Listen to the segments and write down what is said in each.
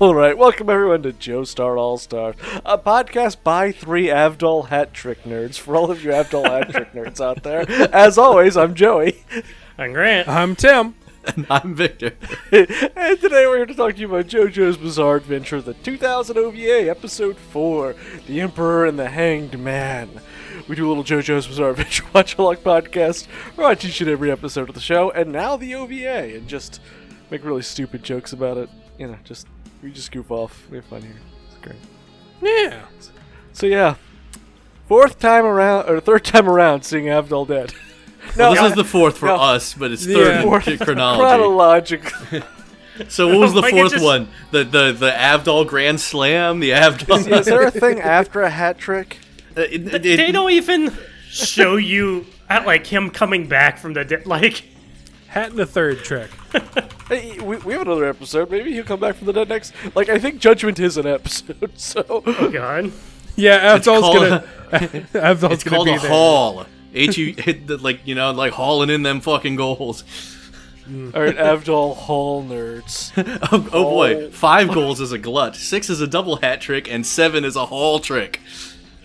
All right, welcome everyone to Joe Star All Stars, a podcast by three Avdol hat trick nerds. For all of you Avdol hat trick nerds out there, as always, I'm Joey, I'm Grant. I'm Tim. I'm Victor. and today we're here to talk to you about JoJo's Bizarre Adventure, the 2000 OVA, Episode Four: The Emperor and the Hanged Man. We do a little JoJo's Bizarre Adventure watch along podcast. We're on each and every episode of the show, and now the OVA, and just make really stupid jokes about it. You know, just we just goof off. We have fun here. It's great. Yeah. So yeah, fourth time around or third time around, seeing Avdol dead. no, this is the fourth for No. us, but it's Yeah. third fourth in chronology. chronological. So what was the Like, it fourth just- one? The the the Avdol Grand Slam. The Avdol. is there a thing after a hat trick? It- it- They don't even show you at like him coming back from the dead. Like Hat in the third trick. Hey, we, we have another episode. Maybe he'll come back from the dead next. Like I think Judgment is an episode. So God, Yeah, Avdol's called gonna. Avdol's It's gonna called be a there. haul. H U like you know like hauling in them fucking goals. all right, Avdol Hall nerds. Oh, oh boy, Haul. five goals is a glut. Six is a double hat trick, and seven is a haul trick.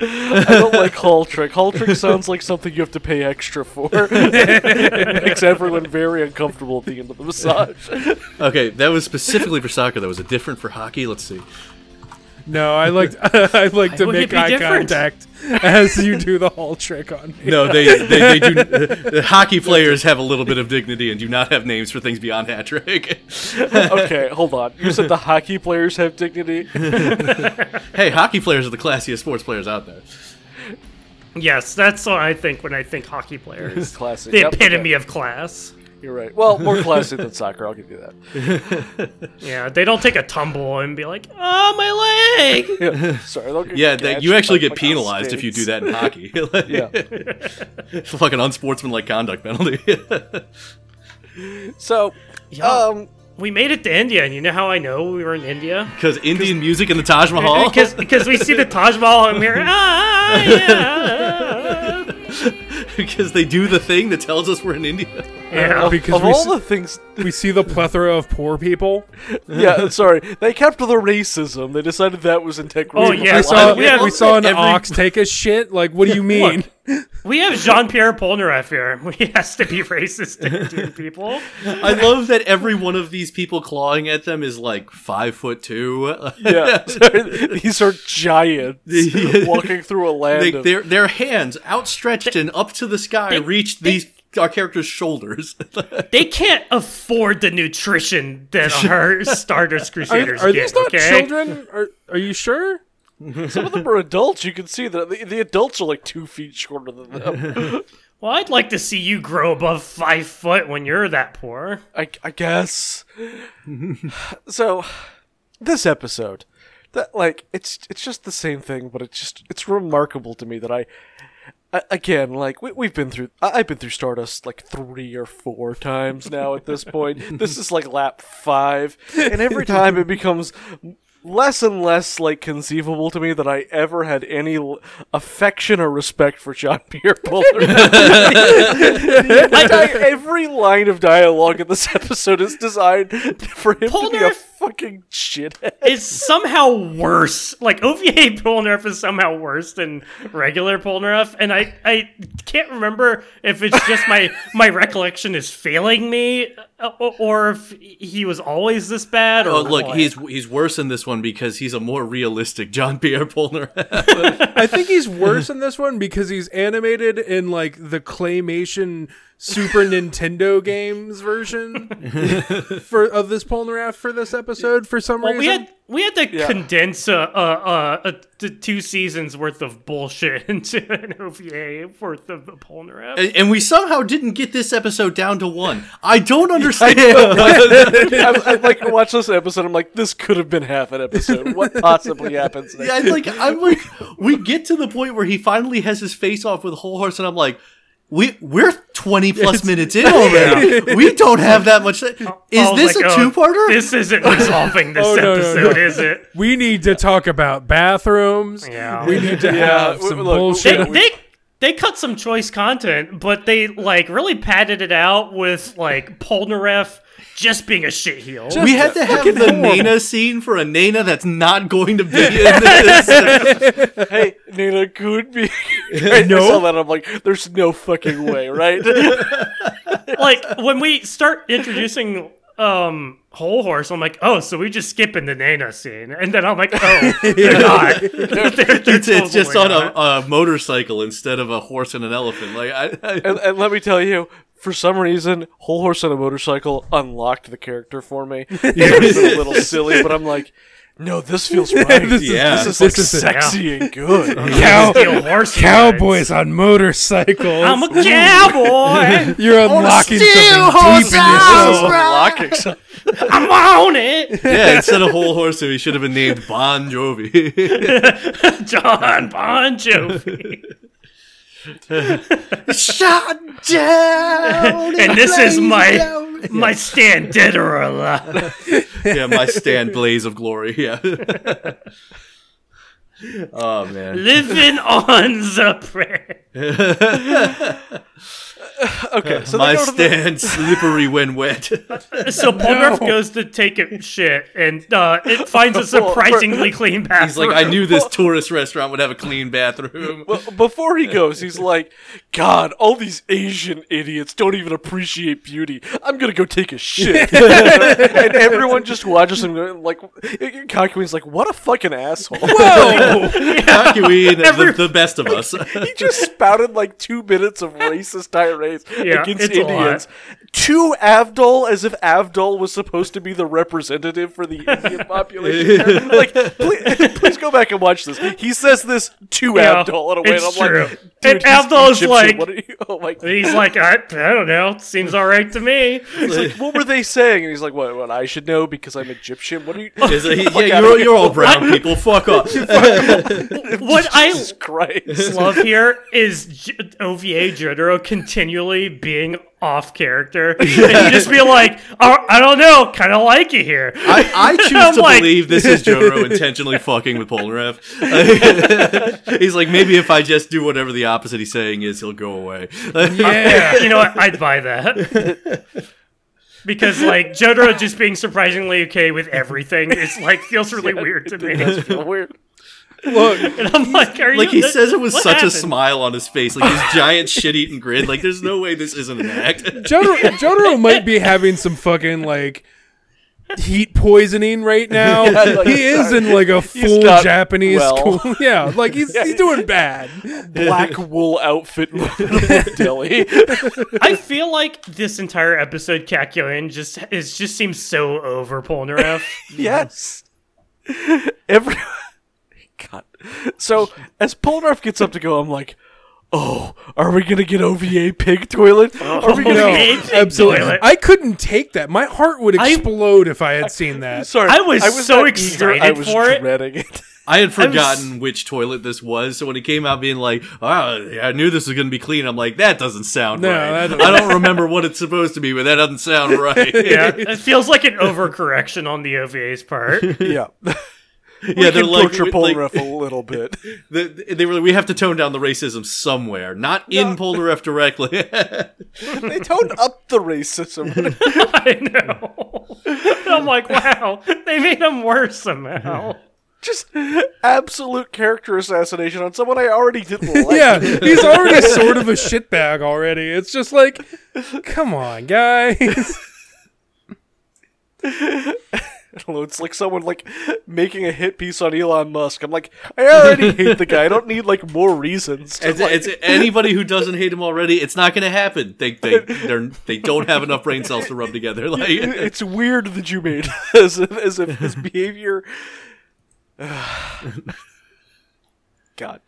I don't like Hall trick. Hall trick sounds like something you have to pay extra for. it makes everyone very uncomfortable at the end of the massage. Okay, that was specifically for soccer. That was it different for hockey. Let's see. No, I like I like to would it make be eye different? contact as you do the whole trick on me. No, they they, they do. the hockey players have a little bit of dignity and do not have names for things beyond hat trick. okay, hold on. You said the hockey players have dignity. hey, hockey players are the classiest sports players out there. yes, that's what I think when I think hockey players. Classic. the Yep, epitome okay. of class. You're right. Well, more classy than soccer. I'll give you that. Yeah, they don't take a tumble and be like, "Oh, my leg!" Yeah. Sorry. they'll get Yeah, that, you gassed actually by get fucking penalized if you do skates. that in hockey. Like, Yeah. fucking unsportsmanlike conduct penalty. So, Yeah. um, we made it to India, and you know how I know we were in India? Because Indian music in the Taj Mahal. Because because we see the Taj Mahal and we're ah yeah. Because they do the thing that tells us we're in India. yeah. Because of we, all see, the things, we see the plethora of poor people. yeah. Sorry, they kept the racism. They decided that was integral. Oh, yeah. I saw we have- we saw an every- ox take a shit. Like, what do you mean? We have Jean Pierre Polnareff here. He has to be racist to Indian people. I love that every one of these people clawing at them is like five foot two. yeah. Sorry, These are giants Yeah. walking through a They, land. of, their their hands outstretched and up to the sky reach these our characters' shoulders. They can't afford the nutrition that our Stardust Are, Crusaders are get. these not okay? children? Are Are you sure? some of them are adults. You can see that the, the adults are like two feet shorter than them. Well, I'd like to see you grow above five foot when you're that poor. I, I guess. so, this episode, that like it's it's just the same thing, but it's just it's remarkable to me that I, I again like we, we've been through I, I've been through Stardust like three or four times now at this point. this is like lap five, and every time it becomes less and less like conceivable to me that I ever had any l- affection or respect for John Pierre Like every line of dialogue in this episode is designed for him to be a Polnareff- fucking shithead. Is somehow worse. Like OVA Polnareff is somehow worse than regular Polnareff, and I I can't remember if it's just my my recollection is failing me, uh, o- or if he was always this bad. Or Oh, look, what. he's he's worse in this one because he's a more realistic John Pierre Polnareff. I think he's worse in this one because he's animated in like the claymation Super Nintendo games version for of this Polnareff for this episode for some Well, we reason. had we had to condense a, a, a, a t- two seasons worth of bullshit into an OVA worth of Polnareff. and, and we somehow didn't get this episode down to one. I don't understand. I'm, I'm like, I watch this episode. I'm like, this could have been half an episode. What possibly happens next? Yeah, I'm like I'm like we get to the point where he finally has his face off with a whole horse, and I'm like, we we're 20 plus minutes in already. we don't have that much. Is I was this like, a "Oh, two parter? This isn't resolving this Oh, no, no, episode, no. is it? We need to talk about bathrooms. Yeah. We need to Yeah, have w- some look, bullshit. They, we- they, they cut some choice content, but they like really padded it out with like Polnareff just being a shit heel. we had to have the Nana scene for a Nana that's not going to be in this. hey, Nina could be. Right, I saw that. I'm like, there's no fucking way, right? like when we start introducing um whole horse, I'm like, oh, so we just skipping the Nana scene, and then I'm like, oh, they're not. They're- they're it's, it's just totally on not. a, a motorcycle instead of a horse and an elephant. Like I, I and, and let me tell you, for some reason, whole horse on a motorcycle unlocked the character for me. it was a little silly, but I'm like, no, this feels right. This is- Yeah. this is like this is it. sexy and good. Cow- Cow- cowboys on motorcycles. I'm a cowboy. You're Oh, unlocking something deep in This is yourself. unlocking some- I'm on it. yeah, instead of whole horse, he should have been named Bon Jovi. John Bon Jovi. Shot down. And this is my my stand dead or alive. yeah, my stand blaze of glory. Yeah. oh man. Living on the prairie. Okay, so my they go to the, stand slippery when wet. So Polnareff goes to take a shit and uh, it finds a surprisingly clean bathroom. He's like, I knew this tourist restaurant would have a clean bathroom. But before he goes, he's like, God, all these Asian idiots don't even appreciate beauty. I'm gonna go take a shit. and everyone just watches him going, like Kakuin's like, what a fucking asshole. How can we Every- the, the best of us? he just spouted like two minutes of racist tirades Yeah, against it's a Indians. To Avdol as if Avdol was supposed to be the representative for the Indian population. there. like, please, please go back and watch this. He says this to Yeah, Avdol in a way, and I'm it's like, true. dude, And he's Avdol is Egyptian. like- what are you? Oh my God. He's like, I, I don't know. Seems all right to me. He's like, what were they saying? And he's like, what? What I should know because I'm Egyptian. What are you? Is it- Fuck yeah, outta you're, here. you're all brown people. Fuck off. What I Jesus Christ. love here is J- OVA Jotaro continually being off character. And you just be like, I, I don't know, kind of like you here. I, I choose I'm to like- believe this is Joro intentionally fucking with Polnareff. he's like, maybe if I just do whatever the opposite he's saying is, he'll go away. Yeah. Uh, you know what? I'd buy that. Because like Jotaro just being surprisingly okay with everything is like feels really weird to me. And Weird. I'm like, are like you he says it with what such happened? a smile on his face, like his giant shit-eating grin. Like there's no way this isn't an act. Jotaro, Jotaro might be having some fucking like heat poisoning right now. like, he is in like a full not Japanese well. school. Yeah, like he's he's doing bad. Black wool outfit Delhi. I feel like this entire episode Kakyoin just is just seems so over Polnareff. Yes. Every God. So as Polnareff gets up to go, I'm like, oh, are we gonna get OVA pig toilet? Are we gonna? No. No, Okay, it's a absolutely. toilet. I couldn't take that. My heart would explode if I had seen that. Sorry, I was so not eager, I excited was for it. dreading it. I had forgotten which toilet this was, so when he came out being like, "Oh, I knew this was gonna be clean," I'm like, "That doesn't sound No, right. that I don't remember what it's supposed to be, but that doesn't sound right." Yeah, it feels like an overcorrection on the OVA's part. Yeah, yeah, yeah, they're can like, torture like- Polnareff a little bit. the, they were. We have to tone down the racism somewhere, not in Polnareff directly. they toned up the racism. I know. I'm like, wow, they made him worse somehow. just absolute character assassination on someone I already didn't like. Yeah, he's already sort of a shitbag already. It's just like, come on, guys. Hello, It's like someone like making a hit piece on Elon Musk. I'm like, I already hate the guy. I don't need like more reasons. To, It's, it's anybody who doesn't hate him already. It's not going to happen. They they they're, they don't have enough brain cells to rub together. Like it's weird that you made as if, as if his behavior. God.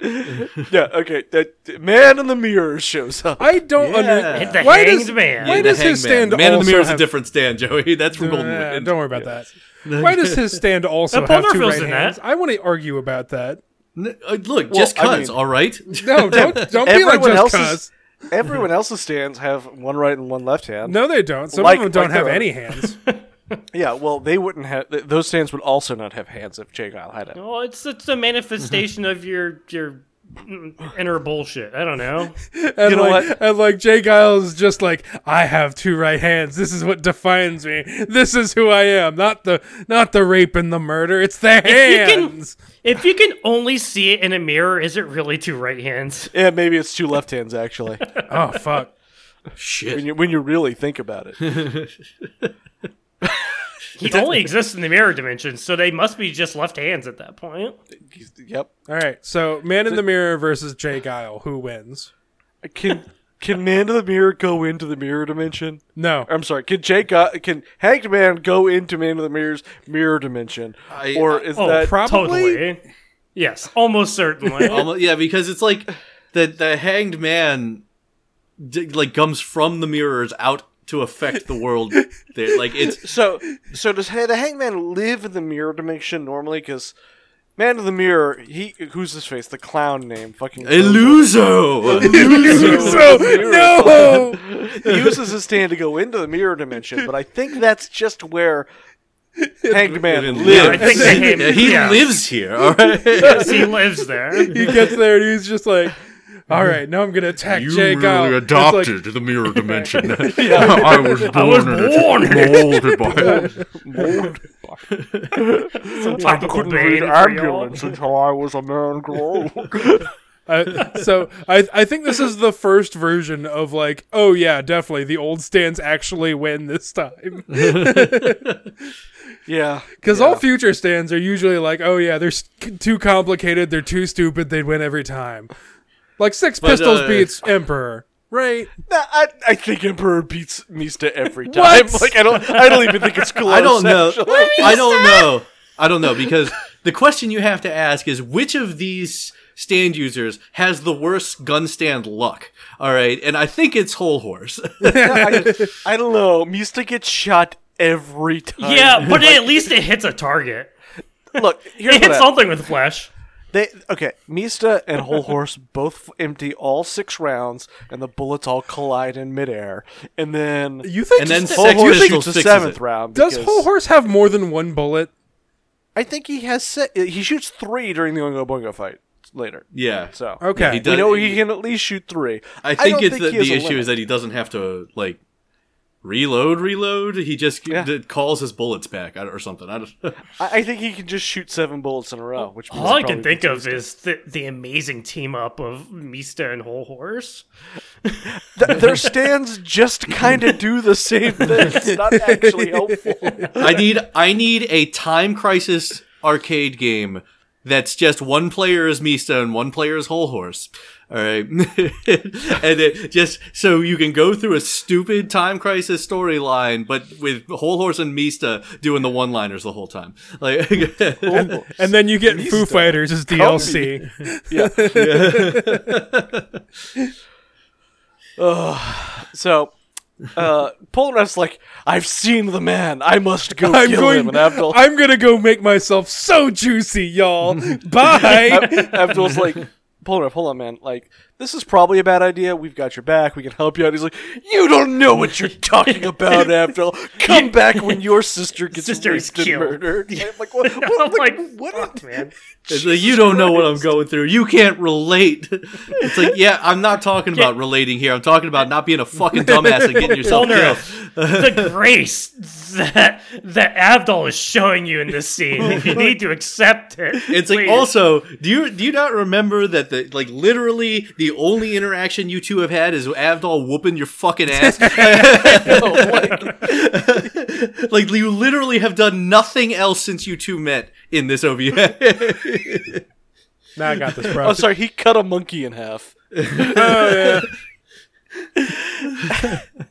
Yeah. Okay. That man in the mirror shows up. I don't Yeah. under. Hit the Why hanged does- man. why the does his Hangman. stand Man in the also mirror is a have- different stand, Joey. That's from Golden Uh, Wind. don't worry about that. Why does his stand also Uh, have two Polnareff was right in hands? that. I want to argue about that. N- uh, Look, just I cuz, mean- all right? No, don't don't be like Everyone just else's- cuz. Everyone else's stands have one right and one left hand. No, they don't. Some Like- of them don't like have their- any hands. Yeah. Well, they wouldn't have. Th- those stands would also not have hands if Jay Gile had it. Well, it's it's a manifestation of your your enter bullshit. I don't know. And You know like, what? And like Jay Giles is just like, I have two right hands. This is what defines me. This is who I am. Not the not the rape and the murder. It's the If you can- hands. If you can only see it in a mirror, is it really two right hands? Yeah, maybe it's two left hands actually. Oh fuck. when Shit. you when you really think about it. He only exists in the mirror dimension, so they must be just left hands at that point. yep. All right. So Man in the Mirror versus Jay Guile. Who wins? Can can Man of the Mirror go into the mirror dimension? No. I'm sorry. Can Jake go- can Hanged Man go into Man of the Mirror's mirror dimension, I- or is Oh, that probably- totally. Yes, almost certainly. Almo- yeah, because it's like the the hanged man d- like comes from the mirrors out to affect the world. there. Like it's so? So does Ha- the Hangman live in the mirror dimension normally? Because Man of the Mirror, he who's his face, the clown name, fucking Illuso. So no. He uses his stand to go into the mirror dimension, but I think that's just where Hanged Man Yeah, I lives. think they hate Yeah, he yeah. lives here. All right. Yes, he lives there. He gets there and he's just like, all right, now I'm gonna attack You Jay Guile. really uh, It's adopted Like, the mirror dimension. I was born, I was in it, born in it. molded by it. I Topical couldn't read Bane for y'all. ambulance until I was a man grown. I- so I I think this is the first version of like, oh yeah, definitely the old stands actually win this time. yeah, Because all future stands are usually like, oh yeah, they're s- c- too complicated, they're too stupid, they'd win every time. Like Six Pistols uh, beats Emperor, right? Nah, I, I think Emperor beats Mista every time. What? Like I don't, I don't even think it's close. I don't know. actually. I don't know. I don't know because the question you have to ask is which of these stand users has the worst gun stand luck. All right, and I think it's Whole Horse. I, I don't know. Mista gets shot every time. Yeah, but at least it hits a target. Look, here's what It hits happened. something with flesh. They okay. Mista and Whole Horse both empty all six rounds, and the bullets all collide in midair. And then You think? And then just- Whole Whole Sex Horse Pistols gets the fixes seventh it. round. does because Whole Horse have more than one bullet? I think he has. Se- he shoots three during the Oingo Boingo fight later. yeah. So Okay, he we does- know he can at least shoot three. I think don't it's the, he has the a issue limit. is that he doesn't have to like reload, reload. He just Yeah. d- calls his bullets back I- or something. I don't. I, I think he can just shoot seven bullets in a row. Which means All I it can probably think of is the, the amazing team up of Mista and Whole Horse. Th- their stands just kind of do the same thing. It's not actually helpful. I need I need a time crisis arcade game that's just one player is Mista and one player is Whole Horse. All right, and it just so you can go through a stupid time crisis storyline, but with Whole Horse and Mista doing the one liners the whole time. Like, And then you get Foo Fighters as DLC. So, uh, Polnareff's like, I've seen the man. I must go I'm kill going. him. And Abdul, I'm gonna go make myself so juicy, y'all. Bye. Abdul's like, Polnareff, hold on, man. Like, this is probably a bad idea. We've got your back. We can help you out. He's like, you don't know what you're talking about, Abdul. Come back when your sister gets Sister is raped and killed." murdered. I'm like, what? what- I'm like, what- fuck, man. It's like, you don't know what I'm going through. You can't relate. It's like, yeah, I'm not talking about relating here. I'm talking about not being a fucking dumbass and getting yourself killed. Polnareff, the grace that that Abdul is showing you in this scene. If you need to accept it, It's like please. also, do you do you not remember that the like literally the only interaction you two have had is Avdol whooping your fucking ass? like, you literally have done nothing else since you two met in this OVA. now I got this, Oh, bro. sorry. He cut a monkey in half.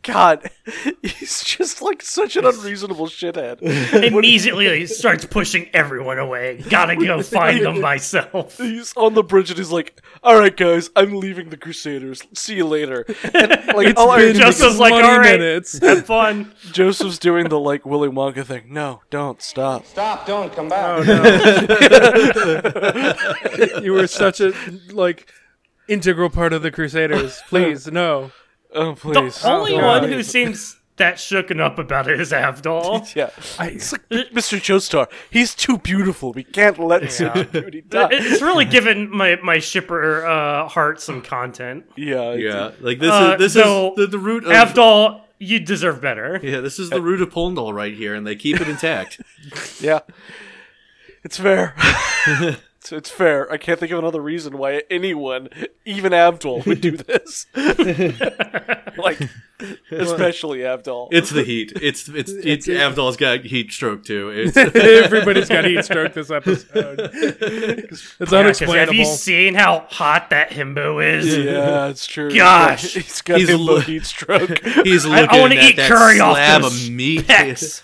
God, he's just like such an unreasonable shithead. immediately he starts pushing everyone away. Gotta go find them myself. He's on the bridge and he's like, "All right, guys, I'm leaving the Crusaders. See you later." And, like, all our- been Just as like, 20 all right, minutes. have fun. Joseph's doing the like Willy Wonka thing. No, don't stop. Stop, don't come back. You were such a like integral part of the Crusaders. Please, no. Oh please. Only God. one who seems that shooken up about his Avdol. Yeah, it's like Mr. Joestar. He's too beautiful. We can't let such beauty die. It's really given my, my shipper uh, heart some content. Yeah, Yeah, like this Uh, is this so, is the, the root of Avdol, you deserve better. Uh, yeah, this is the root of Polndol right here, and they keep it intact. yeah. It's fair. it's, it's fair. I can't think of another reason why anyone, even Abdul, would do this. like, especially Abdul. It's the heat. It's it's, it's, Avdol's got heat stroke too. It's, Everybody's got heat stroke this episode. It's Yeah, 'cause have unexplainable. you seen how hot that himbo is? yeah, it's true. Gosh. he's got He's him lo- heat stroke. he's I- I looking wanna at eat that curry off slab those of meat. Pecs.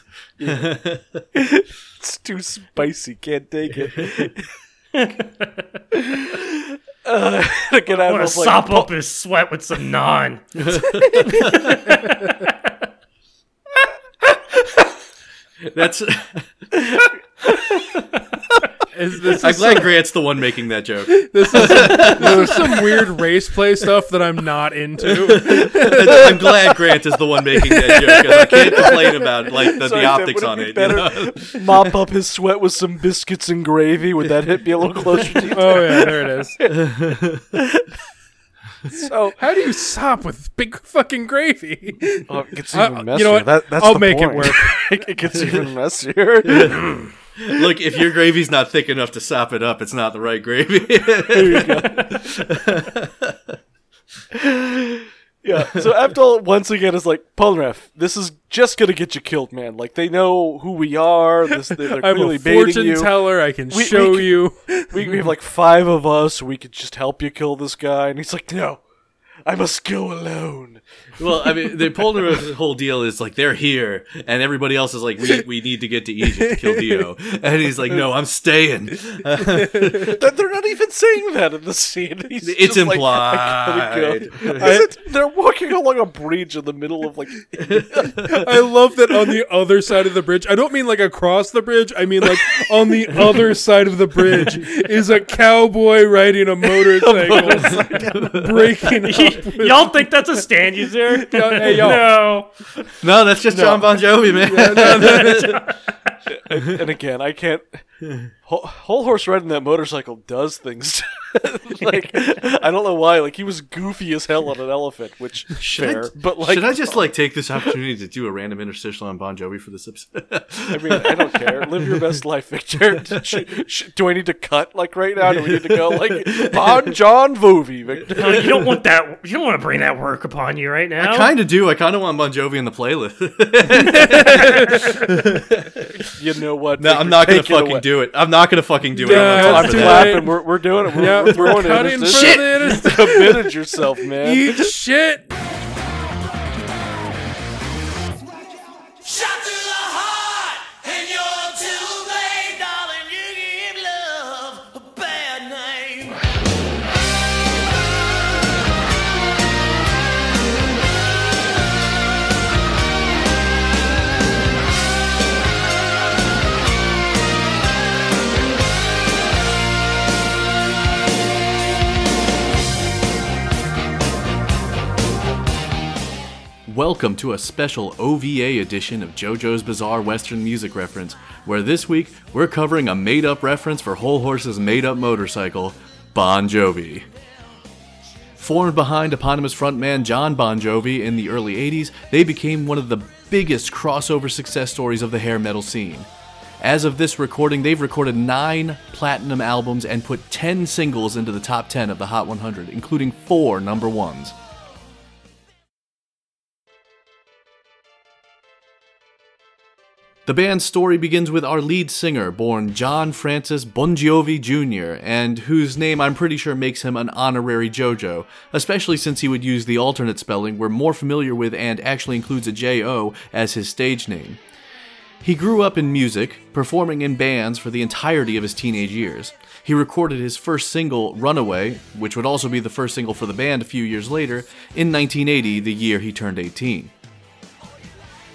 It's too spicy. Can't take it. uh, get I want to Abdul's like, oh. sop up his sweat with some naan. That's Is this I'm glad Grant's the one making that joke. There's some weird race play stuff that I'm not into. I'm glad Grant is the one making that joke. 'cause I can't complain about like the, Sorry, the Tim, optics would it on be it. you better- know? mop up his sweat with some biscuits and gravy. Would that hit me a little closer to you? Oh yeah, there it is. So, How do you sop with big fucking gravy? oh, it gets I- even messier. you know what? That, that's I'll the make it point. work. it gets even messier. Look, if your gravy's not thick enough to sop it up, it's not the right gravy. yeah. So Abdul once again is like, Polnareff, this is just gonna get you killed, man. Like they know who we are. This, they're, they're I'm clearly a baiting fortune you. teller. I can we show can- you. we, we have like five of us. We could just help you kill this guy. And he's like, no, I must go alone. well, I mean, the Polnareff's whole deal is like they're here, and everybody else is like, we, we need to get to Egypt to kill Dio, and he's like, no, I'm staying. That they're not even saying that in the scene. He's It's just like, "I implied. gotta go." Is it- they're walking along a bridge in the middle of like I love that on the other side of the bridge. I don't mean like across the bridge. I mean like on the other side of the bridge is a cowboy riding a motorcycle, breaking up. With, Y'all think that's a stand user? Yo- hey, yo. No. no, that's just John Bon Jovi, man. and again, I can't. Whole, whole horse riding that motorcycle does things. like I don't know why. Like he was goofy as hell on an elephant, which fair. but like uh, Should I just like take this opportunity to do a random interstitial on Bon Jovi for this episode? I mean, I don't care. Live your best life, Victor. Should, should, do I need to cut like right now? Do we need to go like Bon John Vovi, Victor? No, you don't want that. You don't want to bring that work upon you right now. kind of do. I kind of want Bon Jovi in the playlist. You know what? no, I'm not gonna Take it fucking away. do it. I'm not gonna fucking do it. Yeah, I'm I'm on top that's of too that. late. clapping. We're, we're doing it. We're, Yeah, we're we're throwing it. cutting in. for This- the interstate. Committed yourself, man. Eat shit. Shot through the heart, and you're too late, darling. You give love a bad name. Welcome to a special OVA edition of JoJo's Bizarre Western Music Reference, where this week we're covering a made up reference for Whole Horse's made up motorcycle, Bon Jovi. Formed behind eponymous frontman John Bon Jovi in the early 80s, they became one of the biggest crossover success stories of the hair metal scene. As of this recording, they've recorded nine platinum albums and put 10 singles into the top 10 of the Hot 100, including four number ones. The band's story begins with our lead singer, born John Francis Bongiovi Jr., and whose name I'm pretty sure makes him an honorary JoJo, especially since he would use the alternate spelling we're more familiar with and actually includes a J-O as his stage name. He grew up in music, performing in bands for the entirety of his teenage years. He recorded his first single, Runaway, which would also be the first single for the band a few years later, in 1980, the year he turned 18.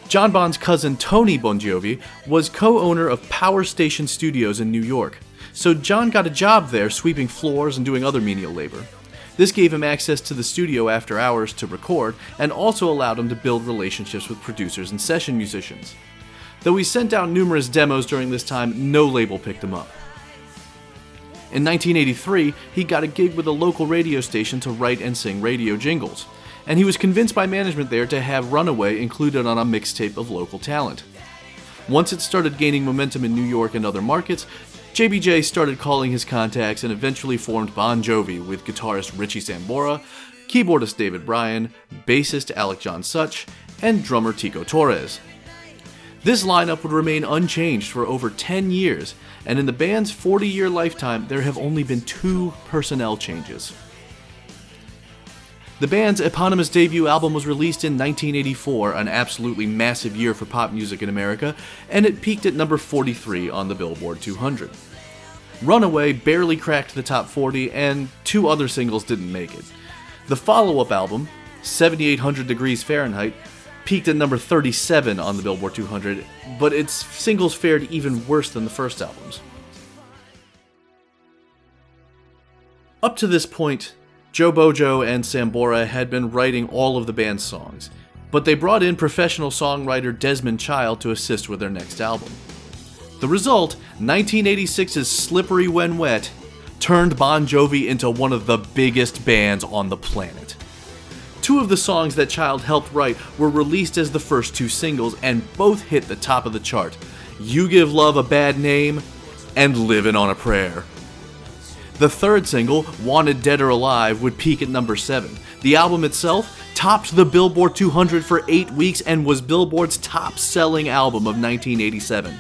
John Bond's cousin Tony Bon Jovi was co owner of Power Station Studios in New York, so John got a job there sweeping floors and doing other menial labor. This gave him access to the studio after hours to record, and also allowed him to build relationships with producers and session musicians. Though he sent out numerous demos during this time, no label picked him up. In 1983, he got a gig with a local radio station to write and sing radio jingles, and he was convinced by management there to have Runaway included on a mixtape of local talent. Once it started gaining momentum in New York and other markets, JBJ started calling his contacts and eventually formed Bon Jovi with guitarist Richie Sambora, keyboardist David Bryan, bassist Alec John Such, and drummer Tico Torres. This lineup would remain unchanged for over 10 years, and in the band's 40 year lifetime, there have only been two personnel changes. The band's eponymous debut album was released in 1984, an absolutely massive year for pop music in America, and it peaked at number 43 on the Billboard 200. Runaway barely cracked the top 40, and two other singles didn't make it. The follow up album, 7800 Degrees Fahrenheit, peaked at number 37 on the Billboard 200, but its singles fared even worse than the first album's. Up to this point, Joe Bojo and Sambora had been writing all of the band's songs, but they brought in professional songwriter Desmond Child to assist with their next album. The result, 1986's Slippery When Wet, turned Bon Jovi into one of the biggest bands on the planet. Two of the songs that Child helped write were released as the first two singles and both hit the top of the chart You Give Love a Bad Name and Livin' on a Prayer. The third single, Wanted Dead or Alive, would peak at number 7. The album itself topped the Billboard 200 for eight weeks and was Billboard's top selling album of 1987.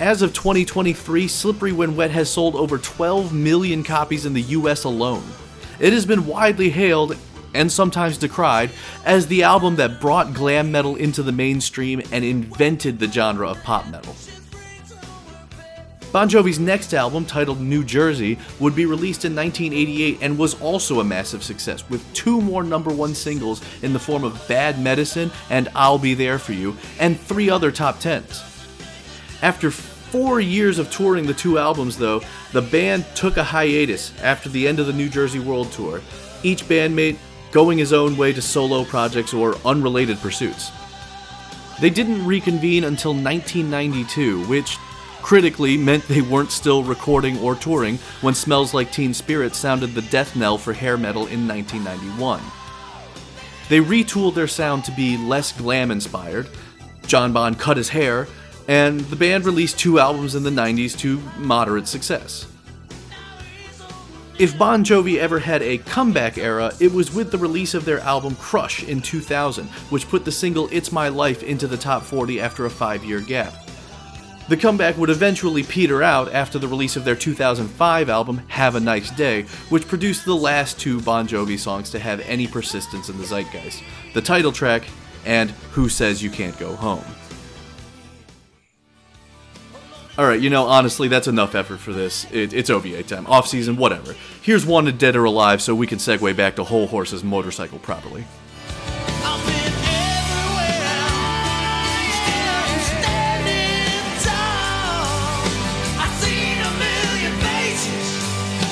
As of 2023, Slippery When Wet has sold over 12 million copies in the US alone. It has been widely hailed and sometimes decried as the album that brought glam metal into the mainstream and invented the genre of pop metal. Bon Jovi's next album, titled New Jersey, would be released in 1988 and was also a massive success, with two more number one singles in the form of Bad Medicine and I'll Be There For You, and three other top tens. After four years of touring the two albums, though, the band took a hiatus after the end of the New Jersey World Tour, each bandmate going his own way to solo projects or unrelated pursuits. They didn't reconvene until 1992, which critically meant they weren't still recording or touring when Smells Like Teen Spirit sounded the death knell for hair metal in 1991. They retooled their sound to be less glam inspired. John Bond cut his hair, and the band released two albums in the 90s to moderate success. If Bon Jovi ever had a comeback era, it was with the release of their album Crush in 2000, which put the single It's My Life into the top 40 after a five year gap. The comeback would eventually peter out after the release of their 2005 album Have a Nice Day, which produced the last two Bon Jovi songs to have any persistence in the zeitgeist the title track and Who Says You Can't Go Home. All right, you know, honestly, that's enough effort for this. It, it's OVA time, off season, whatever. Here's Wanted Dead or Alive so we can segue back to Whole Horse's motorcycle properly. I've been everywhere, still I'm standing tall. I've seen a million faces,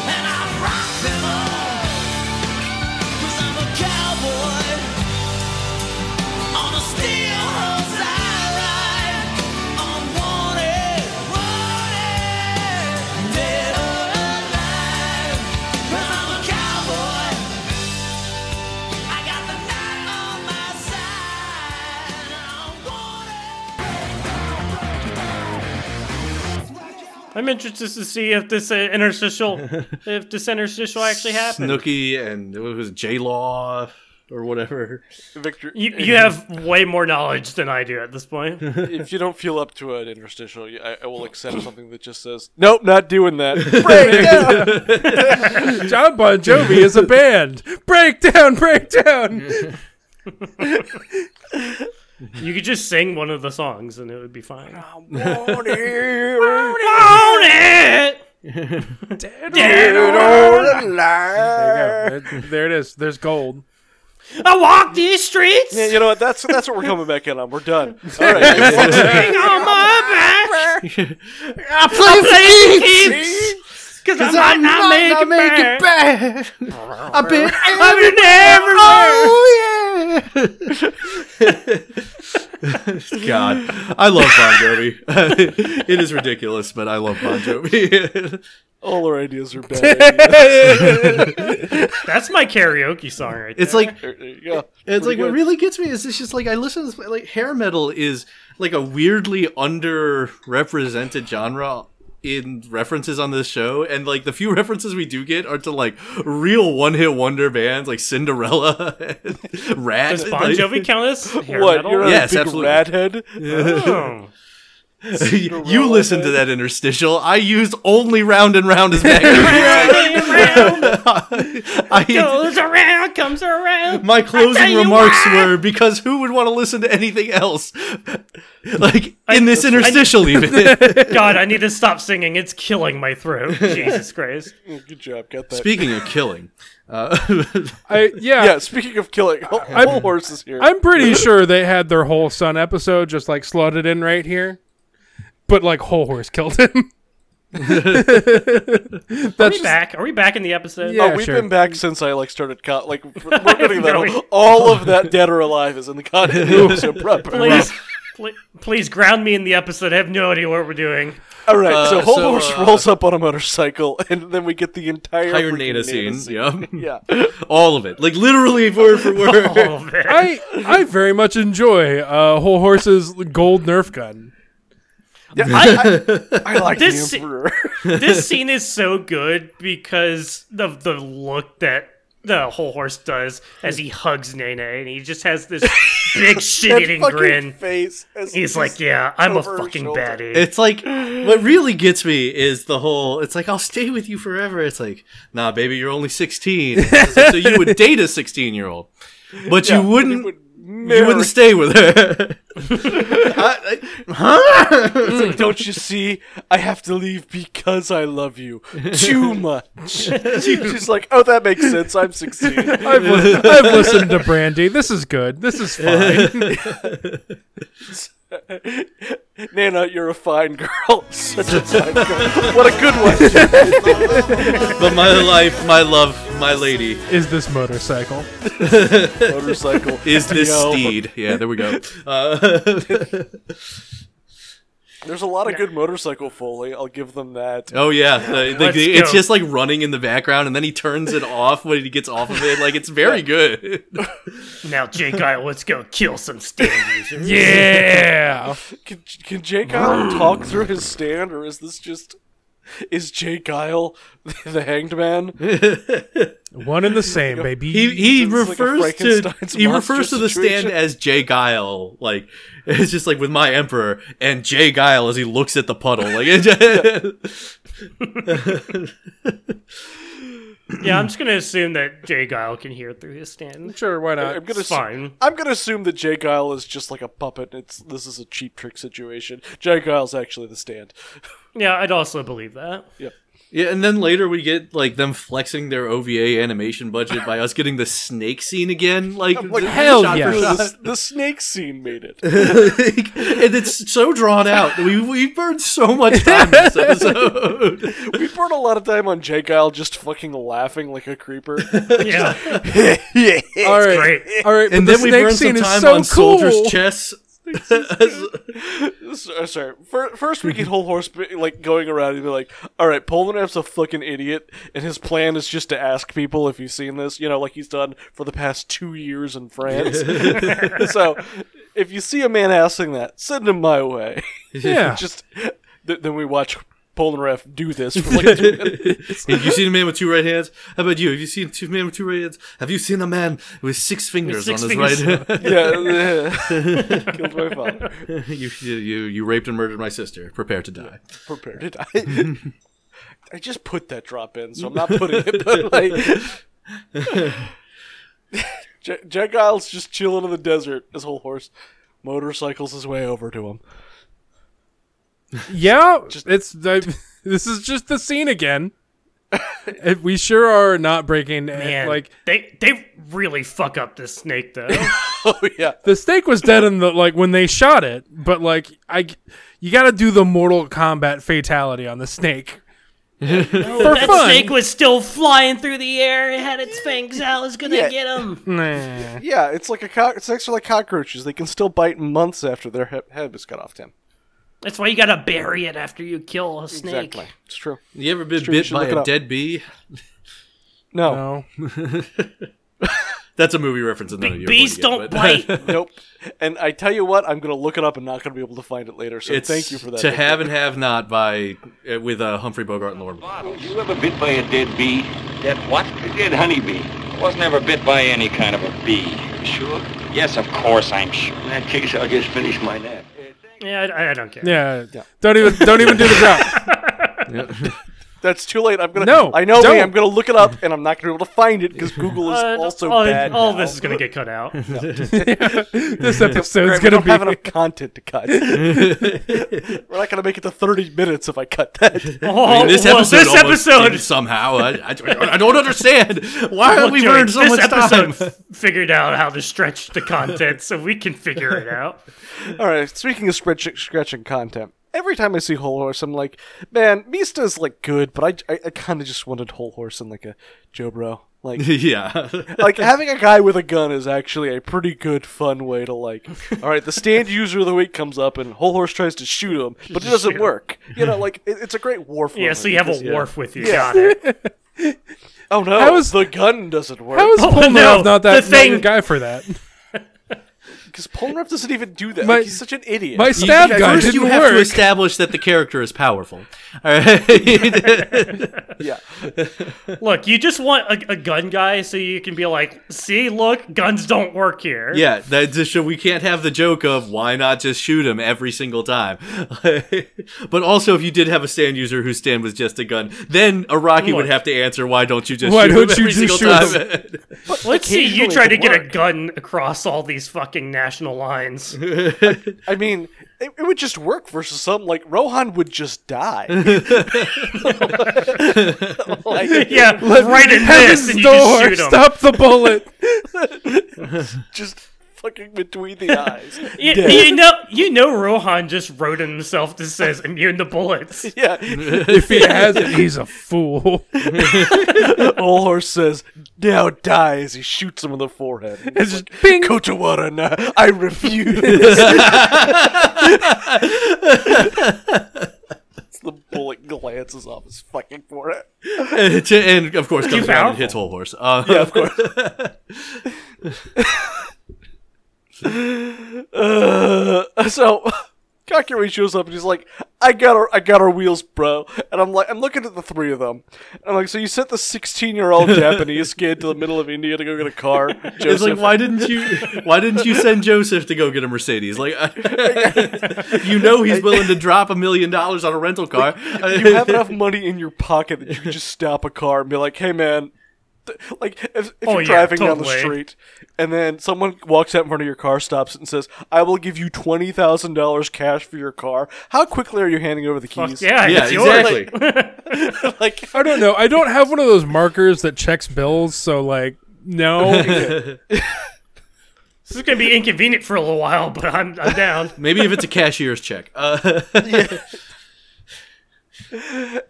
and I rock them all. i I'm a cowboy on a steel horse I ride. I'm wanted, wanted, dead or alive. 'Cause I'm a cowboy. I got the night on my side. I'm wanted. I'm interested to see if this uh, interstitial, if this interstitial actually happened. Snooky and what was J Law or whatever. Victor, You, you have way more knowledge than I do at this point. if you don't feel up to an interstitial, you- I, I will accept something that just says, "Nope, not doing that." Break down. John Bon Jovi is a band. Breakdown, breakdown. You could just sing one of the songs and it would be fine. Wanted, Own it! There, you go. there it is. There's gold. I walk these streets Yeah, you know what? That's that's what we're coming back in on. We're done. All right. on my back. I play the keys. Because I might not make it back. bad. I've been I've been everywhere. Oh yeah! God, I love Bon Jovi. it is ridiculous, but I love Bon Jovi. All our ideas are bad. That's my karaoke song right there. it's like there you go. it's like Pretty what good. really gets me is it's just like I listen to this, like hair metal is like a weirdly underrepresented genre in references on this show and like the few references we do get are to like real one-hit wonder bands like Cinderella Rat Does Bon Jovi count as hair What? metal? You're a Yes, big absolutely. radhead? Oh. you listened to that interstitial. I used only round and round as background. Round and round I, goes around, comes around. my tell closing you remarks what. were because who would want to listen to anything else? Like in this I- interstitial, even. God, I need to stop singing. It's killing my throat. Jesus Christ. Good job. Got that. Speaking of killing, uh, I yeah. yeah, speaking of killing, whole, whole horse is here. I'm pretty sure they had their whole son episode just like slotted in right here, but like whole horse killed him. Are we back? Are we back in the episode? Yeah. oh, we've sure. been back since I like started. Co- like we're getting that. No, we- all of that dead or alive is in the continuity. so proper. Please, pl- please ground me in the episode. I have no idea what we're doing. All right. so Uh, whole so, horse uh, rolls up on a motorcycle, and then we get the entire higher freaking Nada scene, yeah, Yeah. all of it, like literally word for word. All of it. I I very much enjoy uh, whole horse's gold Nerf gun. yeah I, I, I like This- the emperor. this scene is so good because of the look that the whole horse does as he hugs Nene, and he just has this big That shit-eating fucking grin. Face. is He's just- like, "Yeah, I'm a over her fucking shoulder." baddie." It's like what really gets me is the whole. It's like I'll stay with you forever. It's like, nah, baby, you're only 16. It's like, so you would date a 16 year old, but Yeah, you but wouldn't. He would you marry- wouldn't stay with her. I- I- huh? It's like, don't you see? I have to leave because I love you too much. She's like, oh, that makes sense. I'm 16. I've, li- I've listened to Brandy. This is good. This is fine. Nana, you're a fine girl. Such a fine girl. What a good one. But my life, my love, my lady is this motorcycle? Motorcycle. is this Yo. steed. Yeah, there we go. Uh, There's a lot of good motorcycle foley. I'll give them that. oh yeah, the- the- Let's the- it's go. just like running in the background, and then he turns it off when he gets off of it. Like it's very good. now, Jake Isle, let's go kill some stand users. Yeah. Can, can Jake Isle talk through his stand, or is this just. Is Jake Isle the hanged man? One and the same, baby. He he It's like a refers to Frankenstein's he monster refers to the situation. stand as Jay Guile. Like it's just like with my emperor and Jay Guile as he looks at the puddle. Like it yeah, I'm just gonna assume that Jake Isle can hear through his stand. sure, why I'm not? gonna It's assu- fine. I'm gonna assume that Jake Isle is just like a puppet. And it's this is a cheap trick situation. Jake Isle's actually the stand. Yeah, I'd also believe that. Yeah, and then later we get like them flexing their OVA animation budget by us getting the snake scene again. Like, like, hell shot for yes. The, the snake scene made it. Like, and it's so drawn out. We we burned so much time this episode. We burned a lot of time on Jake Isle just fucking laughing like a creeper. Yeah, all right, great. all right. and but then we the snake burned some scene is time so on cool. soldiers' chests. So- uh, Sorry. Fir- First, we get whole horse be- like going around and be like, "All right, Polnareff's a fucking idiot, and his plan is just to ask people if you've seen this, you know, like he's done for the past two years in France." so, if you see a man asking that, send him my way. Yeah. just th- then we watch Polnareff do this for like two Have you seen a man with two right hands? How about you? Have you seen two man with two right hands? Have you seen a man with six fingers six on his fingers. right hand? yeah, killed my father. you, you you raped and murdered my sister. Prepare to die. Prepared it. I, I just put that drop in, so I'm not putting it. But like, J- Jack Isles just chilling in the desert. His whole horse motorcycles his way over to him. Yeah, it's I, this is just the scene again. And we sure are not breaking. and, Man, like they they really fuck up this snake though. Oh yeah, the snake was dead in the like when they shot it, but like I, you got to do the Mortal Kombat fatality on the snake. for that fun. snake was still flying through the air. It had its fangs out. It was gonna Yeah. get him. Nah. Yeah, it's like a co- it's actually like cockroaches. They can still bite months after their he- head was cut off. Tim, That's why you gotta bury it after you kill a snake. exactly. It's true. You ever been true, you bit should by look it a up. dead bee? No, No. That's a movie reference. and none of you are going Bees to get, don't but- bite. nope. And I tell you what, I'm gonna look it up and not gonna be able to find it later. So It's thank you for that. To have and have not by uh, with uh, Humphrey Bogart and Laura. Bobbitt. You ever bit by a dead bee? Dead what? A dead honeybee. I was never bit by any kind of a bee. Sure? Yes, of course I'm sure. In that case, I'll just finish my nap. Yeah, I, I don't care. Yeah. Don't even don't even do the job. That's too late. I'm gonna. No, I know. Me, don't. I'm gonna look it up, and I'm not gonna be able to find it because Google is Uh, also all, bad. all now. this is gonna get cut out. This episode's Grant, we gonna don't be have enough content to cut. We're not gonna make it to 30 minutes if I cut that. Oh, I mean, this well, episode, this almost episode did somehow. I, I, I don't understand why Well, have we Joey, burned so this much time. episode f- figured out how to stretch the content, so we can figure it out. All right. Speaking of stretch, scratching content, every time I see Whole Horse, I'm like, man, Mista's like good, but I, I, I kind of just wanted Whole Horse and like a Joe Bro. Like, yeah, like having a guy with a gun is actually a pretty good, fun way to like. All right, the stand user of the week comes up, and Whole Horse tries to shoot him, but it doesn't work. You know, like it, it's a great war. Yeah, so you have a wharf with you. Got it. Oh no! How is- the gun doesn't work? How is Oh, Polnareff no, not that the not thing- the guy for that? Because Polnareff doesn't even do that. My- like, he's such an idiot. My stab gun first didn't you have work. to establish that the character is powerful. All right. yeah. Look, you just want a, a gun guy so you can be like, see, look, guns don't work here. yeah, that just we can't have the joke of why not just shoot him every single time. but also, if you did have a stand user whose stand was just a gun, then Araki would Look. have to answer why don't you just Why shoot him don't you every single just shoot time. Let's see you Occasionally try it to get a worked. gun across all these fucking national lines. I mean, it, it would just work versus something like Rohan would just die. like, yeah, right in this, Heaven's and you just door, shoot 'em. stop the bullet. just fucking between the eyes. You, you know, you know, Rohan just wrote himself that says immune to bullets. Yeah. if he has it, he's a fool. Old horse says, now die as he shoots him in the forehead. And It's he's just like, ping. Kotawara, nah, I refuse. it's the bullet glances off his fucking forehead. and of course, comes around powerful. and hits whole horse. Uh, yeah, of course. uh, so Kakiri shows up and he's like, "I got our, I got our wheels, bro." And I'm like, I'm looking at the three of them, and I'm like, so you sent the 16 year old Japanese kid to the middle of India to go get a car? It's Joseph. like why didn't you why didn't you send Joseph to go get a Mercedes? Like you know he's willing to drop a million dollars on a rental car. you have enough money in your pocket that you can just stop a car and be like, "Hey, man." th- Like if, if Oh, you're yeah, driving down the totally. street, and then someone walks out in front of your car, stops it, and says, "I will give you twenty thousand dollars cash for your car." How quickly are you handing over the keys? Yeah, yeah, it's yours. exactly. like I don't know. I don't have one of those markers that checks bills, so like, no. This is gonna be inconvenient for a little while, but I'm I'm down. Maybe if it's a cashier's check. Uh, I-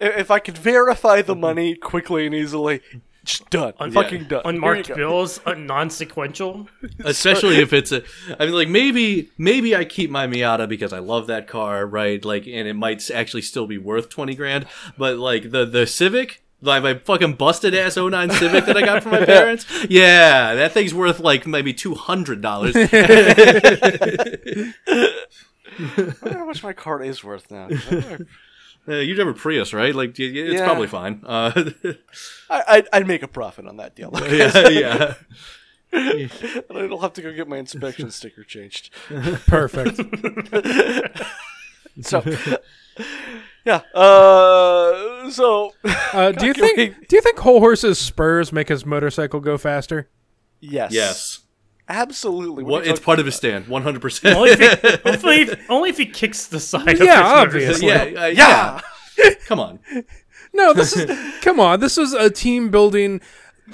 if I could verify the money quickly and easily, just done. Fucking done. Unmarked Here you go. bills, uh, non-sequential. especially if it's a I mean like maybe maybe I keep my Miata because I love that car, right? Like and it might s- actually still be worth 20 grand, but like the the Civic like my fucking busted ass 09 Civic that I got from my parents. Yeah, that thing's worth like maybe $200. I wonder how much my card is worth now. Uh, you drive a Prius, right? Like y- y- it's Yeah. probably fine. Uh, I, I'd, I'd make a profit on that deal. yeah, yeah. And I'll have to go get my inspection sticker changed. Perfect. So, yeah. Uh, so, Uh, do you Cocky think? Do you think whole horse's spurs make his motorcycle go faster? yes. Yes, Absolutely. what, it's part of his stand, one hundred percent. Only if, he, only, if, only if he kicks the side. Yeah, of his motorcycle. obviously. Yeah, uh, yeah. Come on. No, this is. come on, this is a team building.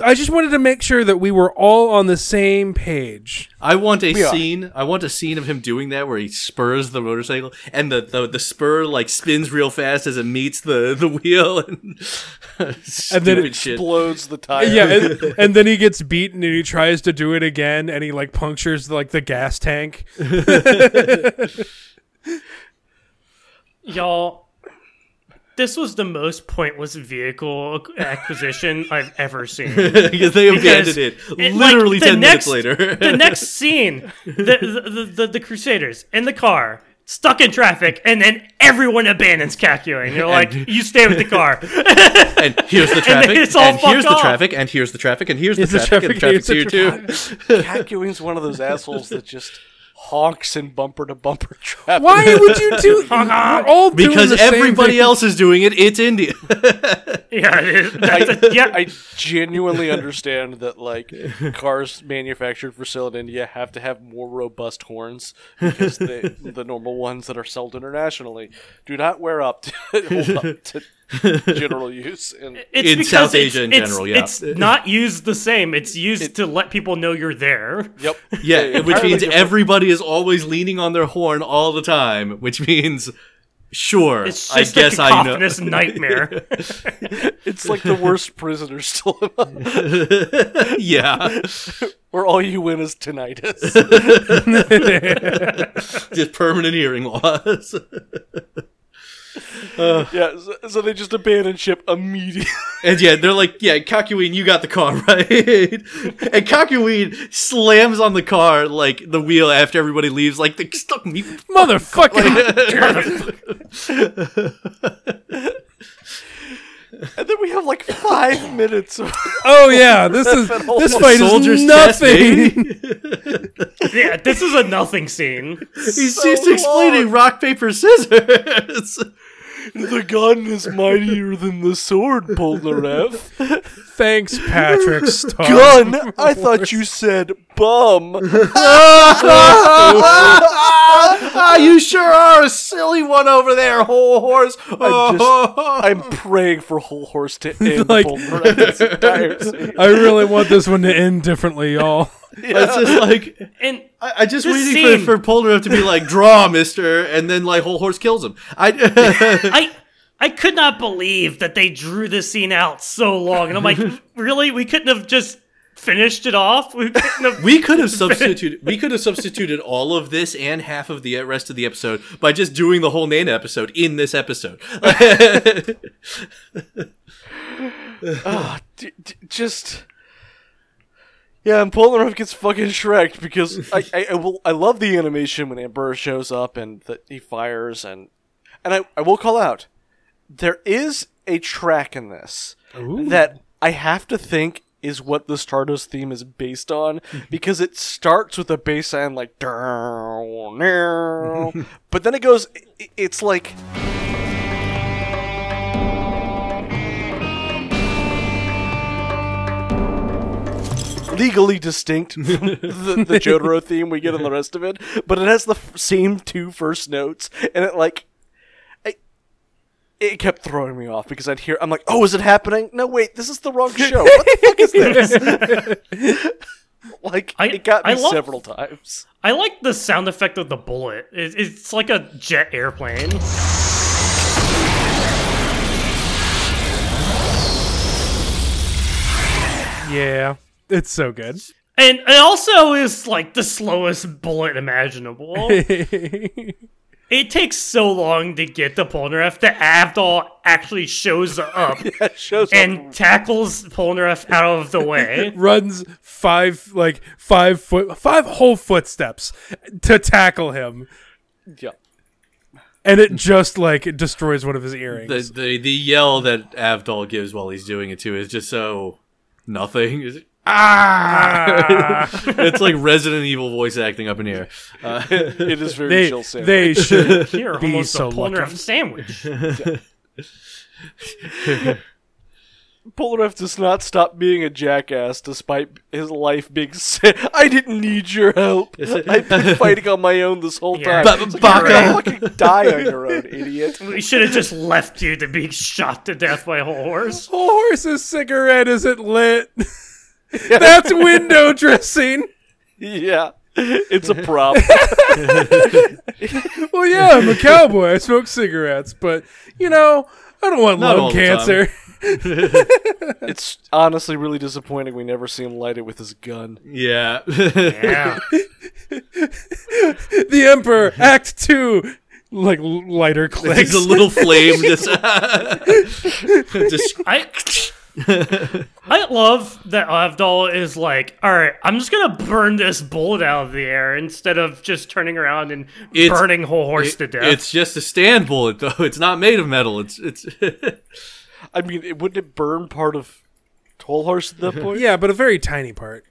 I just wanted to make sure that we were all on the same page. I want a are. scene. I want a scene of him doing that where he spurs the motorcycle and the, the, the spur like spins real fast as it meets the, the wheel and, And then stupid it shit. Explodes the tire. Yeah, and, and then he gets beaten and he tries to do it again and he like punctures like the gas tank. Y'all, this was the most pointless vehicle acquisition I've ever seen. because they Because abandoned it, it- like, literally the ten next- minutes later. the next scene, the the, the the Crusaders in the car, stuck in traffic, and then everyone abandons Kakyoin. You're like, you stay with the car. and here's the then traffic. And, it's all fuck here's the off. traffic. And here's the traffic. And here's the Here's the traffic. And the traffic's traffic, here here's the too. Kakuin's one of those assholes that just honks in bumper to bumper traffic. Why would you do? We're all doing Because the same everybody thing. else is doing it. It's India. yeah, it is. That's a, yeah. I genuinely understand that like cars manufactured for sale in India have to have more robust horns because the the normal ones that are sold internationally do not wear up to, hold up to general use. And it's in because South it's- Asia in it's- general, yeah. it's not used the same. It's used to let people know you're there. yep, Yeah, which entirely means different. everybody is always leaning on their horn all the time, which means sure, It's I just a guess I know. cacophonous nightmare. it's like the worst prisoners still, yeah. where all you win is tinnitus. Just permanent hearing loss. Yeah, so, so they just abandon ship immediately. and yeah, they're like, yeah, Kakuin, you got the car, right? and Kakuin slams on the car, like, the wheel after everybody leaves, like, the stuck me. motherfucker. And then we have like five minutes of oh yeah, this is this fight Soldier's is chest, nothing. yeah, this is a nothing scene. He's just explaining rock, paper, scissors. the gun is mightier than the sword, Polnareff. Thanks, Patrick Star. Gun? I thought you said bum. ah, you sure are a silly one over there, whole horse. I'm just- I, I'm praying for Whole Horse to end Like- Polnareff's entire scene. I really want this one to end differently, y'all. it's just like And I, I just This waiting scene- for for Polnareff to be like, draw, Mister, and then like whole horse kills him. I I I could not believe that they drew this scene out so long. And I'm like, really? We couldn't have just finished it off? We couldn't have we could have substituted we could have substituted all of this and half of the rest of the episode by just doing the whole Nana episode in this episode. D- d- just. Yeah, and Polnareff gets fucking shreked because I I, I, will, I love the animation when Emperor shows up and that he fires and and I, I will call out there is a track in this that I have to think is what the Stardust theme is based on because it starts with a bass line like "Down, down," but then it goes i- it's like legally distinct from the, the Jotaro theme we get in the rest of it, but it has the f- same two first notes, and it like, I, it kept throwing me off because I'd hear, I'm like, oh, is it happening? No, wait, this is the wrong show. What the fuck is this? like, I- it got me I love- several times. I like the sound effect of the bullet. It, it's like a jet airplane. Yeah, it's so good. And it also is like the slowest bullet imaginable. it takes so long to get to Polnareff that Avdol actually shows up That shows up and tackles Polnareff out of the way. Runs five like five foot five whole footsteps to tackle him, yeah. and it just like destroys one of his the, earrings. the the yell that Avdol gives while he's doing it too is just so nothing. Is it? Ah! it's like Resident Evil voice acting up in here. It is very they chill sandwich. they should Here, be almost a so lucky. Polnareff sandwich. Polnareff does not stop being a jackass despite his life being sick. I didn't need your help. I've been fighting on my own this whole Yeah. time. Ba- It's like, Baka. you're gonna fucking die on your own, idiot. We should have just left you to be shot to death by a whole horse. horse's cigarette isn't lit. That's window dressing. yeah, it's a prop. Well, yeah, I'm a cowboy. I smoke cigarettes, but you know, I don't want Not all lung the time. cancer. it's honestly really disappointing. We never see him light it with his gun. Yeah. Yeah. The Emperor, Act Two, like l- lighter clicks. It's a little flame just, just I I love that Avdol is like, all right, I'm just gonna burn this bullet out of the air instead of just turning around and It's- burning whole horse to death. It's just a stand bullet though. It's not made of metal. It's it's I mean, it, wouldn't it burn part of Toll Horse at that point? yeah, but a very tiny part.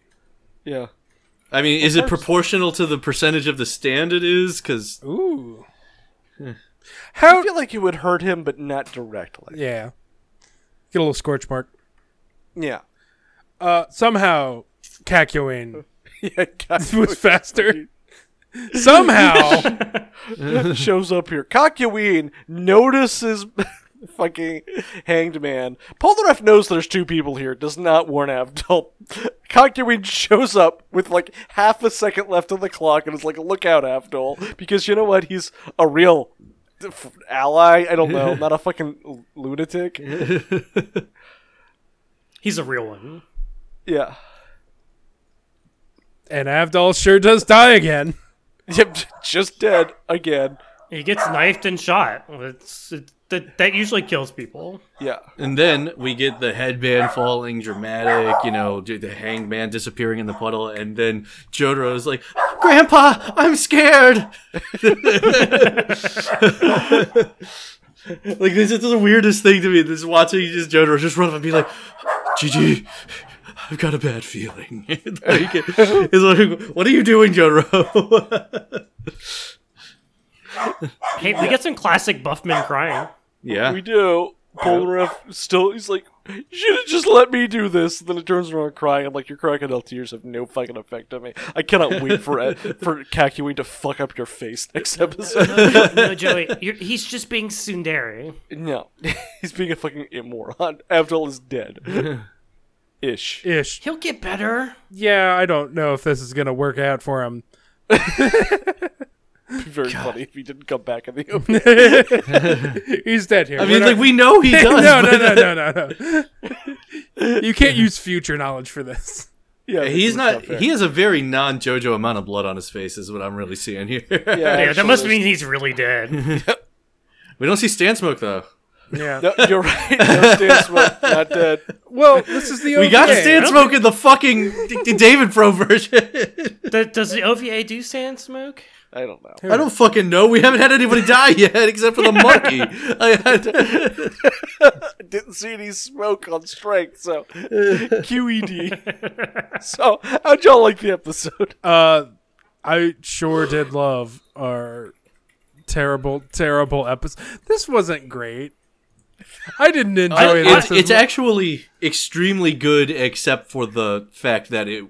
yeah. I mean, is it proportional to the percentage of the stand it is cuz Ooh. How? I feel like it would hurt him, but not directly. yeah. Get a little scorch mark. Yeah. Uh, somehow, Kakyoin Yeah, Cock- was faster. somehow, shows up here. Cockyween notices fucking hanged man. Polnareff knows there's two people here, does not warn Avdol. Cockyween shows up with like half a second left on the clock and is like, look out, Avdol. Because you know what? He's a real f- ally. I don't know. Not a fucking lunatic. He's a real one. Yeah. and Avdol sure does die again. Yep, just dead again. He gets knifed and shot. It's, it, that that usually kills people. Yeah. and then we get the headband falling dramatic, you know, d- the hangman disappearing in the puddle and then Jotaro's like, "Grandpa, I'm scared." like this is the weirdest thing to me. This is watching just Jotaro just run up and be like, "Gigi, I've got a bad feeling." like, it's like, what are you doing, Jotaro? Hey, we get some classic Buffman crying. yeah. We do. Polnareff still, he's like, you should have just let me do this. then it turns around crying. I'm like, your crocodile tears have no fucking effect on me. I cannot wait for for Kakyoin to fuck up your face next episode. No, Joey, you're, he's just being tsundere. no. he's being a fucking immoron. Abdul is dead. Ish. Ish. He'll get better. Yeah, I don't know if this is gonna work out for him. It'd be very funny if he didn't come back in the open. He's dead here. I mean, like we know he does. no, no, but- no, no, no, no. you can't use future knowledge for this. Yeah, He's that's not. fair. He has a very non-JoJo amount of blood on his face, is what I'm really seeing here. Yeah, Yeah, that must actually. mean he's really dead. we don't see stand smoke though. Yeah. No, you're right. No, Stan Smith, not dead. Well, this is the We got OVA. stand smoke in the fucking D- D- David Pro version. Th- does the OVA do sand smoke? I don't know. I don't fucking know. We haven't had anybody die yet, except for the monkey. I had- didn't see any smoke on strength, so E QED. so, how'd y'all like the episode? Uh, I sure did love our terrible, terrible episode. This wasn't great. I didn't enjoy I- this. it's, as it's much. actually extremely good, except for the fact that it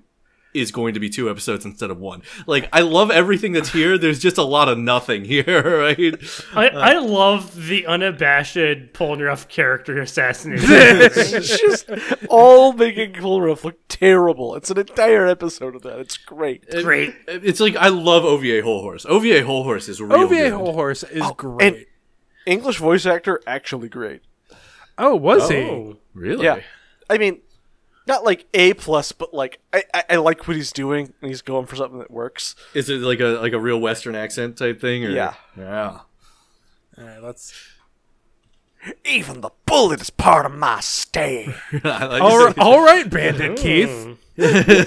is going to be two episodes instead of one. Like, I love everything that's here. There's just a lot of nothing here, right? I, Uh, I love the unabashed Polnareff character assassination. It's just all making Coolruff look terrible. It's an entire episode of that. It's great. Great. It's like I love OVA Whole Horse. OVA Whole Horse is real. OVA good. Whole Horse is great. And English voice actor, actually great. oh, was Oh, Really? Yeah. I mean, not like A plus, but like I, I, I like what he's doing and he's going for something that works. Is it like a like a real Western accent type thing? Or? Yeah. Yeah. he? All right, let's. Even the bullet is part of my stay. I like All right, all right, Bandit Keith. Didn't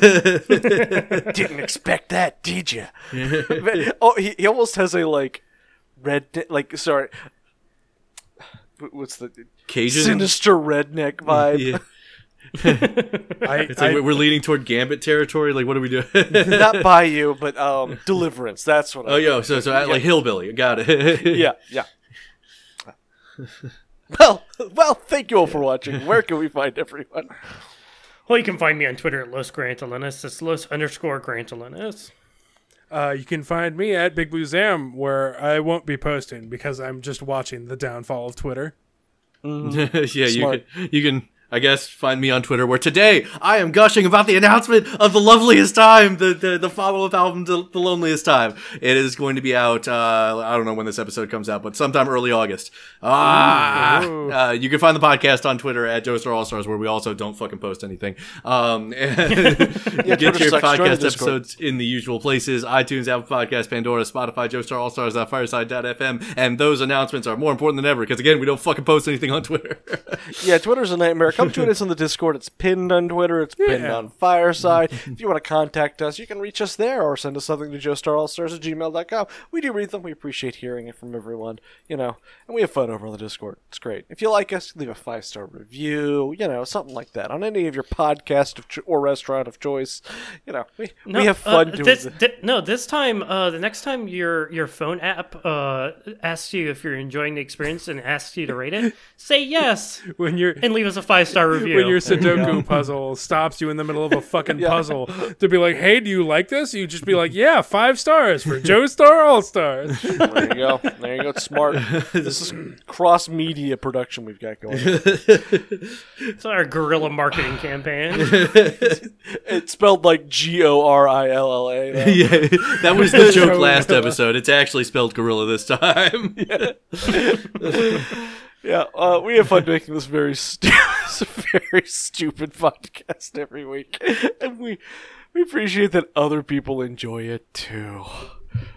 expect that, did you? oh, he, he almost has a like red like sorry. Wh- What's the Cajun. sinister redneck vibe? Yeah. I, It's I- like we're leading toward Gambit territory. Like, what are we doing? Not by you, but um, deliverance. That's what. I oh, yo. So, so I, like hillbilly. Got it. Yeah, yeah. Well, well, thank you all for watching. Where can we find everyone? Well, you can find me on Twitter at Los Grantalinas. It's Los underscore Grantalinas. Uh, you can find me at Big Blue Zam, where I won't be posting because I'm just watching the downfall of Twitter. yeah. You Smart. can you can I guess find me on Twitter where today I am gushing about the announcement of the loveliest time, the the, the follow up album to the loneliest time. It is going to be out. Uh, I don't know when this episode comes out, but sometime early August. Ah, uh, you can find the podcast on Twitter at Joestar All Stars, where we also don't fucking post anything. Um, and Twitter sucks. get your Join the podcast Discord. episodes episodes in the usual places iTunes, Apple Podcasts, Pandora, Spotify, Joestar, uh, All Stars, Fireside.fm. And those announcements are more important than ever because, again, we don't fucking post anything on Twitter. Yeah, Twitter's a nightmare. Come join us on the Discord. It's pinned on Twitter. It's pinned on Fireside. if you want to contact us, you can reach us there or send us something to joestarallstars at gmail.com. We do read them. We appreciate hearing it from everyone, you know, and we have fun over on the Discord. It's great. If you like us, leave a five-star review, you know, something like that on any of your podcast of cho- or restaurant of choice. You know, we, No, we have fun uh, doing this. this. thi- no, this time, uh, the next time your your phone app uh, asks you if you're enjoying the experience and asks you to rate it, say yes when you're and leave us a five star review. when your Sudoku puzzle stops you in the middle of a fucking puzzle to be like, "Hey, do you like this?" You just be like, "Yeah, five stars for Joe Star All Stars." There you go. There you go. It's smart. this is cross-media production we've got going. it's our guerrilla marketing campaign. It's spelled like G O R I L L A. though. yeah, that was the joke last episode. It's actually spelled gorilla this time. Yeah, uh, we have fun making this very, stu- this very stupid podcast every week, and we we appreciate that other people enjoy it too.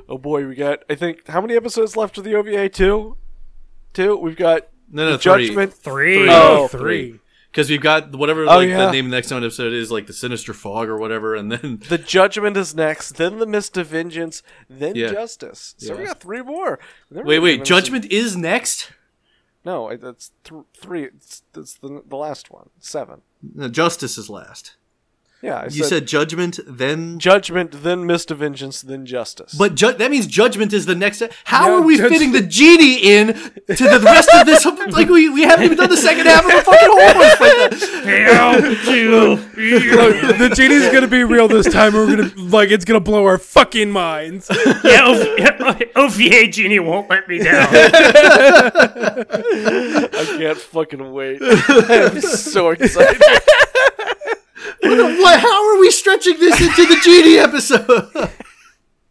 Oh boy, we got I think how many episodes left of the OVA? Two, two. We've got No, no, Judgment. Three. Oh, three. Because we've got whatever Oh, like, yeah. the name of the next episode is, like the Sinister Fog or whatever. And then The Judgment is next, then the Mist of Vengeance, then Yeah. Justice. So we Yeah. got three more. Then we're wait, gonna wait, do some- Judgment is next. No, I- that's th- three. It's, that's the, the last one. Seven. No, Justice is last. Yeah, I You said Judgment, then. Judgment, then Mist of Vengeance, then Justice. But ju- that means judgment is the next. How No, are we judge- fitting the genie in to the rest of this? Like we, we haven't even done the second half of the fucking homework. Like that. Fail to- the genie's gonna be real this time. We're gonna like it's gonna blow our fucking minds. yeah, OV- OVA genie won't let me down. I can't fucking wait. I'm so excited. What- How are we stretching this into the genie episode?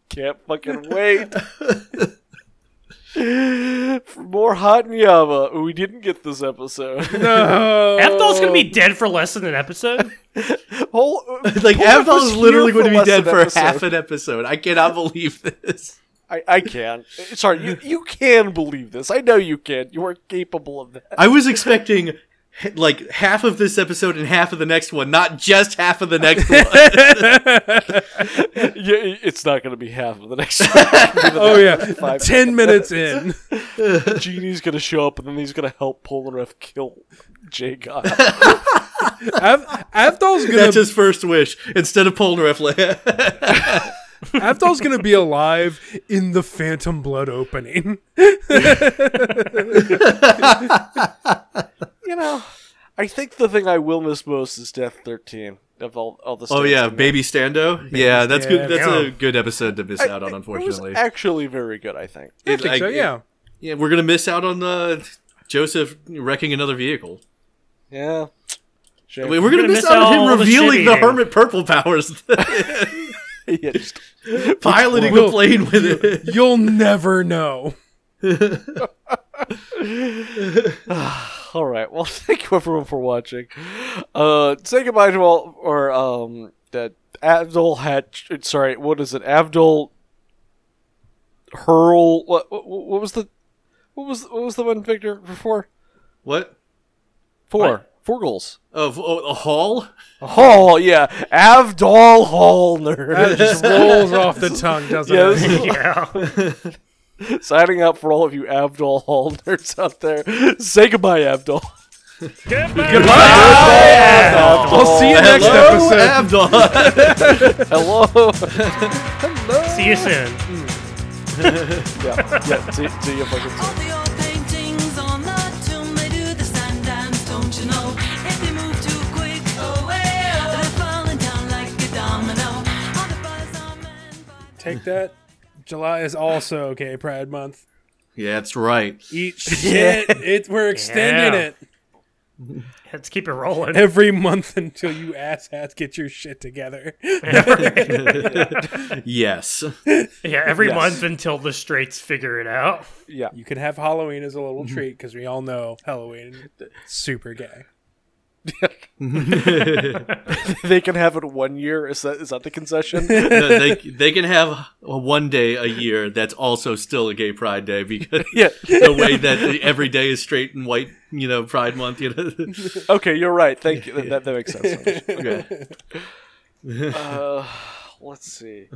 Can't fucking wait. For more Hot and Yama, who we didn't get this episode. Apthal's gonna be dead for less than an episode. Whole, Pullman like Avdol was is literally here going to be less dead than for episode. half an episode. I cannot believe this. I, I can. Sorry, you, you can believe this. I know you can. You are capable of that. I was expecting h- like half of this episode and half of the next one, not just half of the next one. Yeah, it's not going to be half of the next one. Oh yeah, ten minutes in. Genie's going to show up, and then he's going to help Polnareff kill Jay God. Av- Avdol's gonna That's his first wish instead of Polnareff. la- Avdol's gonna be alive in the Phantom Blood opening. you know, I think the thing I will miss most is Death Thirteen of all all the. Oh stands yeah, in there. baby Stando. yeah, that's good. That's Yeah. a good episode to miss out on. it Unfortunately, was actually very good. I think. I think so. I- Yeah. yeah, we're gonna miss out on the Joseph wrecking another vehicle. Yeah. Shame. Wait, we're gonna, gonna miss miss out on all him the revealing the shittying. hermit purple powers, Yeah, just- piloting a Well, plane with it. You'll never know. all right. Well, thank you everyone for watching. Uh, say goodbye to all or um that Abdul Hatch. Sorry, what is it? Abdul Hurl. What, what what was the what was what was the one Victor for four What? four four goals. Of oh, a hall? Hall, yeah, Avdol Hallner. It just rolls off the tongue, doesn't Yeah, it? this is- Yeah. signing up for all of you Abdol Hall nerds out there. Say goodbye, Abdol. I'll see you next Hello, episode. Abdul. Hello. See you soon. yeah, yeah. See, see you fucking. All the old paintings on the tomb, they do the sand dance, don't you know? If they move too quick, oh well, they're falling down like a domino. All the buzz on men by Take that. July is also okay, Pride Month. yeah, that's right. Eat shit. It, we're extending Yeah. it. Let's keep it rolling. every month until you asshats get your shit together. Yes. yeah, every Yes. month until the straights figure it out. Yeah. You can have Halloween as a little treat because we all know Halloween super gay. they can have it one year. Is that is that the concession? No, they, they can have one day a year that's also still a gay pride day because Yeah. the way that the, every day is straight and white, you know, pride month, you know. okay, you're right. Thank you. That, that makes sense. Okay. Uh, let's see.